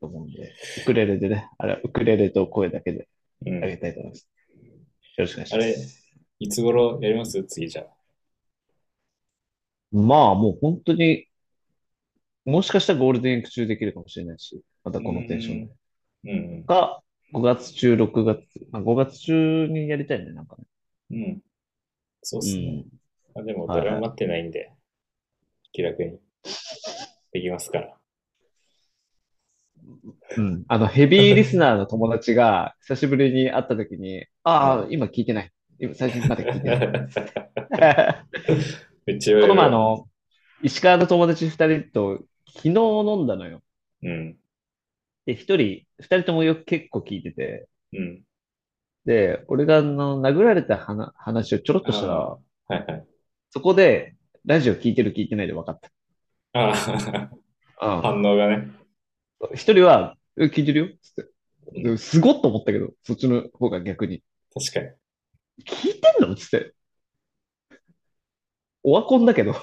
S1: と思うんで、ウクレレでね、あれはウクレレと声だけであ
S2: うん。
S1: げたいと思います。よろしくお願いし
S2: あ
S1: ま
S2: れ
S1: す。、
S2: いつ頃やります次じゃあ。
S1: まあ、もう本当に、もしかしたらゴールデンウィーク中できるかもしれないし、またこのテンションで。
S2: うん。
S1: か、5月中、6月、まあ、5月中にやりたいね、なんかね。
S2: うん。そうっ
S1: う
S2: すね。
S1: ん。
S2: あでも、
S1: はい
S2: 誰も待ってないんで、気楽にできますから。
S1: うん。あの、ヘビーリスナーの友達 が、久しぶりに会った 時に、ああ、今聞いてない。今、最近まで聞いてない。
S2: めっちゃ
S1: こ
S2: 言われ
S1: の前あ
S2: る。
S1: の、石川の友達二人と昨日飲んだのよ。
S2: うん。
S1: で、一人、二人ともよく結構聞いてて、
S2: うん。
S1: で、俺があの、殴られた話話をちょろっとしたら、
S2: はいはい。
S1: そこで、ラジオ聞いてる聞いてないで分かっ
S2: あ
S1: た。
S2: あ、
S1: うん
S2: 反応がね。
S1: 一人は、え聞いてるよっつって。でもすごっと思ったけど、そっちの方が逆に。
S2: 確かに。
S1: 聞いてんのっつって。オワコンだけど。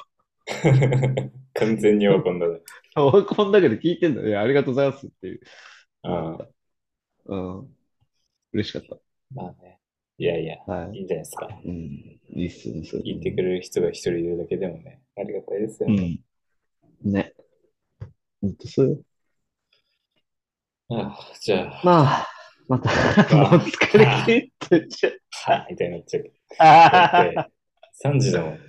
S2: 完全に 喜んだね。
S1: オワコンだけど聞いてんだ。いや、ありがとうございますっていう。
S2: ああ、
S1: うん。嬉しかっ
S2: まあね。いやいや、
S1: た。はい。
S2: いいんじゃないですか。
S1: うん。いいっすね。それ
S2: 聞いてくれる人が一人いるだけでもね、ありがたいですよ
S1: う
S2: ね。
S1: ん。ね。ほんとそうよ。
S2: ああ、じゃあ、
S1: まあ、また、 もう疲れ切ってっちゃ
S2: はあ、みたいになっちゃうけど。 だ
S1: う。
S2: って、3時だもん。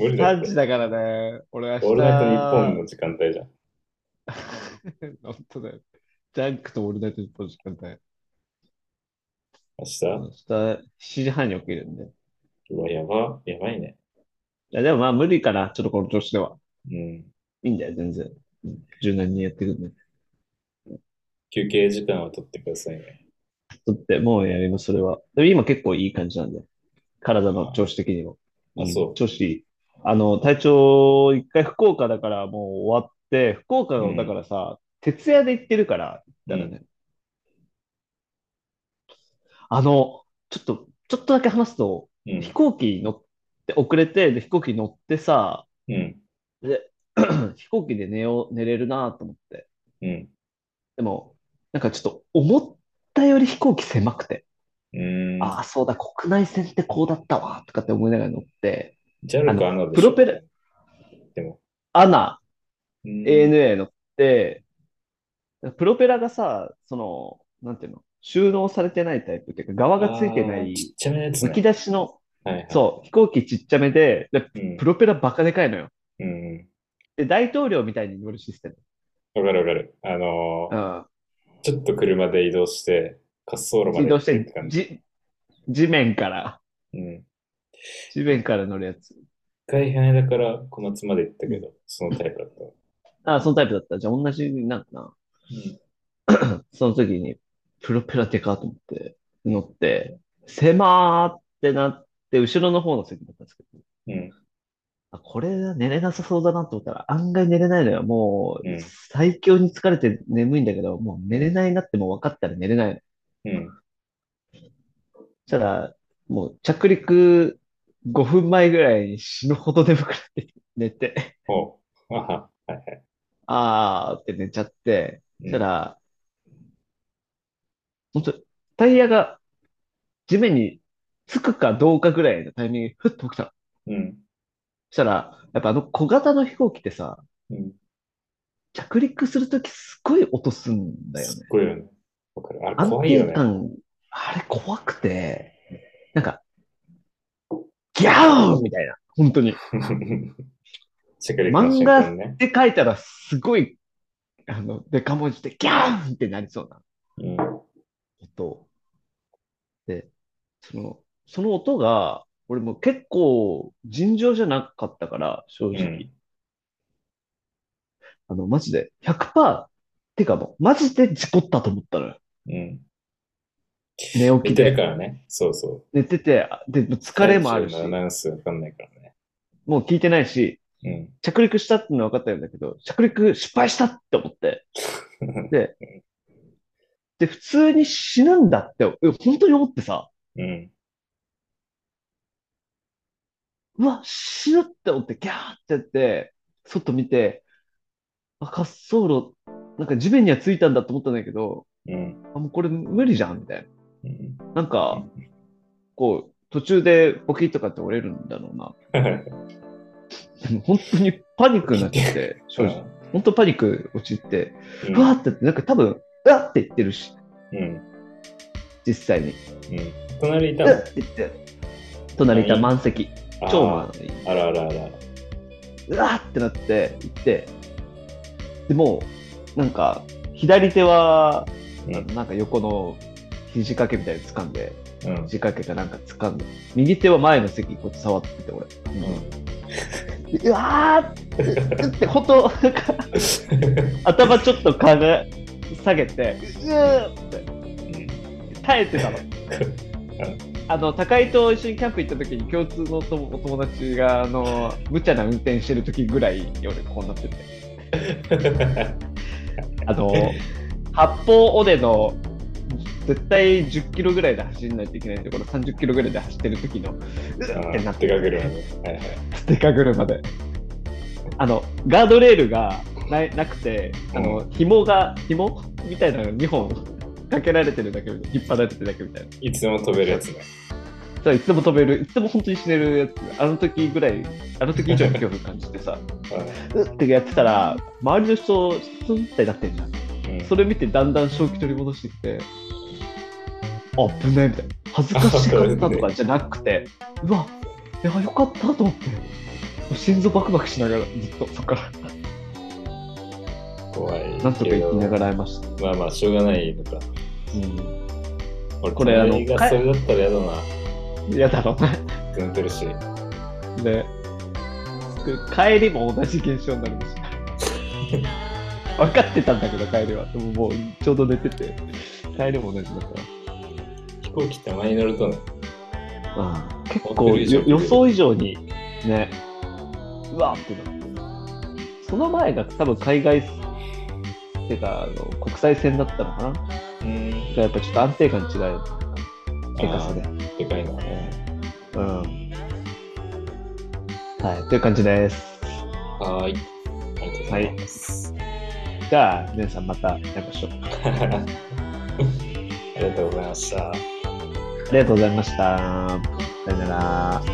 S2: 俺だっ
S1: 3
S2: て
S1: 時、だからね。俺明日。
S2: 俺だと日本の時間帯じゃん。
S1: 本当だよ。ジャンクとオールナイト日本の時間帯。
S2: 明日
S1: 明日7時半に起きるんで。
S2: うわ、やば、やばいね。
S1: いや、でもまあ無理かな。ちょっとこの調子では。
S2: うん。
S1: いいんだよ、全然。うん柔軟にやってくんで。
S2: 休憩時間は取ってくださいね。
S1: とって、もうやります、それは。でも今結構いい感じなんで。体の調子的にも。
S2: あ
S1: ん
S2: そう
S1: 調子いい。あの、体調、一回福岡だからもう終わって、福岡
S2: う
S1: の、
S2: ん
S1: だからさ、徹夜で行ってるから、だからね。あの、ちょっと、ちょっとだけ話すと、
S2: うん。
S1: 飛行機乗って、遅れて、で、飛行機乗ってさ、
S2: うん。
S1: で、飛行機で寝よう、寝れるなと思って。
S2: うん。
S1: でも、なんかちょっと思ったより飛行機狭くて、
S2: うーん。
S1: ああ、そうだ、国内線ってこうだったわ、とかって思いながら乗って、
S2: JAL か
S1: あ
S2: ANA でしょ
S1: プロペラ。
S2: でも。
S1: アナ、
S2: うーん
S1: ANA 乗って、プロペラがさ、その、なんていうの、収納されてないタイプっていうか、側がついてな
S2: あ
S1: い
S2: ー、ちっちゃめのやつ
S1: む
S2: ね。
S1: き出しの、
S2: はいはい。
S1: そう、飛行機ちっちゃめで、で
S2: うん。
S1: プロペラバカでかいのよ。
S2: うん。
S1: で、大統領みたいに乗るシステム。
S2: わかるわかる。あの
S1: う
S2: ー、
S1: ん。
S2: ちょっと車で移動して、滑走路まで
S1: 移動し
S2: 行くって
S1: て
S2: 感、じ。
S1: じ、地面から、
S2: うん。一
S1: 地面から乗るやつ。
S2: 回羽田から小松まで行ったけど、そのタイプだった。う
S1: ああ、そのタイプだった。じゃあ同じなんかな。
S2: ん。
S1: その時に、プロペラでかと思って、乗って、狭ーってなって、後ろの方の席だったんですけど、
S2: うん。
S1: あ、これは寝れなさそうだなと思ったら、案外寝れないのよ。も
S2: うん
S1: う、最強に疲れて眠いんだけど、もう寝れないなってもう分かったら寝れないの。
S2: うん。
S1: そしたら、もう着陸5分前ぐらいに死ぬほど眠くなって寝て、
S2: ほう。あは。はいはい。
S1: あーって寝ちゃって、
S2: うん
S1: そしたら、本当タイヤが地面につくかどうかぐらいのタイミングでふっと起きたの。
S2: うん。
S1: そしたら、やっぱあの小型の飛行機ってさ、
S2: うん。
S1: 着陸するときすごい音すんだよね
S2: すっ。ごいよね。わかる。あれ
S1: 安
S2: 怖いよ
S1: 定
S2: ね。
S1: 感、あれ怖くて、なんか、ギャオーみたいな、本当に。っ
S2: 着陸の瞬間ね。
S1: て書いたらすごい、あの、デカ文字でギャーンってなりそうな。
S2: うん。
S1: 音。で、その、その音が、俺も結構尋常じゃなかったから、正
S2: う
S1: 直。
S2: ん。
S1: あの、マジで、100%、てかもう、マジで事故ったと思ったのよ。
S2: うん。
S1: 寝起
S2: 見
S1: き
S2: てる
S1: で。
S2: からね。そうそう。
S1: 寝てて、あで、疲れもあるし
S2: 最、中のアナウンスわかんないからね。
S1: もう聞いてないし、
S2: うん。
S1: 着陸したってのは分かったんだけど、着陸失敗したって思って。で、普通に死ぬんだって、え本当に思ってさ、
S2: うん。
S1: うわ、死ぬって思って、ギャーってやって、外見て、あ、滑走路、なんか地面にはついたんだと思ったんだけど、
S2: うん。
S1: あ、もうこれ無理じゃん、みたい
S2: うん。
S1: な。なんか、こう、途中でポキッとかって折れるんだろうな。 でも本当にパニックになっちゃって、正直。本当パニック陥って、
S2: うん
S1: うわーってやって、なんか多分、うわって言ってるし、
S2: うん。
S1: 実際に。
S2: うん。隣いうた
S1: わ
S2: の
S1: って言って、隣いた満席、超
S2: あ
S1: 満
S2: ー
S1: 席。
S2: あらあらあら。
S1: うわーってなって行ってでもうなんか左手は
S2: うん
S1: なんか横の肘掛けみたいに掴んで
S2: うん。
S1: 肘掛けかなんか掴んで右手は前の席こうやって触ってて俺、
S2: うん
S1: うわーって、ほんと、なんか頭ちょっとかが下げて、うーって耐えてたの。あの高井と一緒にキャンプ行った時に共通のお友お友達があの無茶な運転してる時ぐらい俺こうなっててあの八方尾根の絶対10キロぐらいで走んないといけないところ30キロぐらいで走ってる時のうーってな
S2: な
S1: っ
S2: ってて
S1: る
S2: かけるわね。はいはい
S1: でかぐるまで。あの、ガードレールがななくて、あの、紐が、紐みたいなのが2本 かけられてるだけ、引っ張られてるだけみたいな。
S2: いつでも飛べるやつね。
S1: そういつでも飛べる、いつでも本当に死ねるやつ、あの時ぐらい、あの時以上に恐怖感じてさ、うってやってたら、周りの人、スンってなってんじゃん。
S2: うん
S1: それ見てだんだん正気取り戻してきて、あ、危ないみたいな。恥ずかしかったとかじゃなくて、うわ、いや、よかったと思って、心臓バクバクしながら、ずっとそっから、
S2: 怖い。
S1: なんとか言いながら会いました。
S2: まあまあ、しょうがないとか。
S1: うん。
S2: 俺、
S1: これあの
S2: 隣がそれだったら嫌だな。
S1: 嫌だろうね。
S2: 組んでるし。
S1: で、帰りも同じ現象になりました。 分かってたんだけど、帰りは。でももう、ちょうど寝てて、帰りも同じだから。
S2: 飛行機って前に乗るとね。
S1: 結構よ予想以上にねうわってなってその前が多分海外ってかあの国際線だったのかなだか
S2: うん。
S1: らやっぱちょっと安定感違うてかそれ
S2: でかいな。ね
S1: うんはいという感じです
S2: はーい。ありがとうございます。
S1: じゃあ姉さんまた会いましょうあ
S2: ありがとうございました。
S1: りがとうございましたさよなら
S3: 「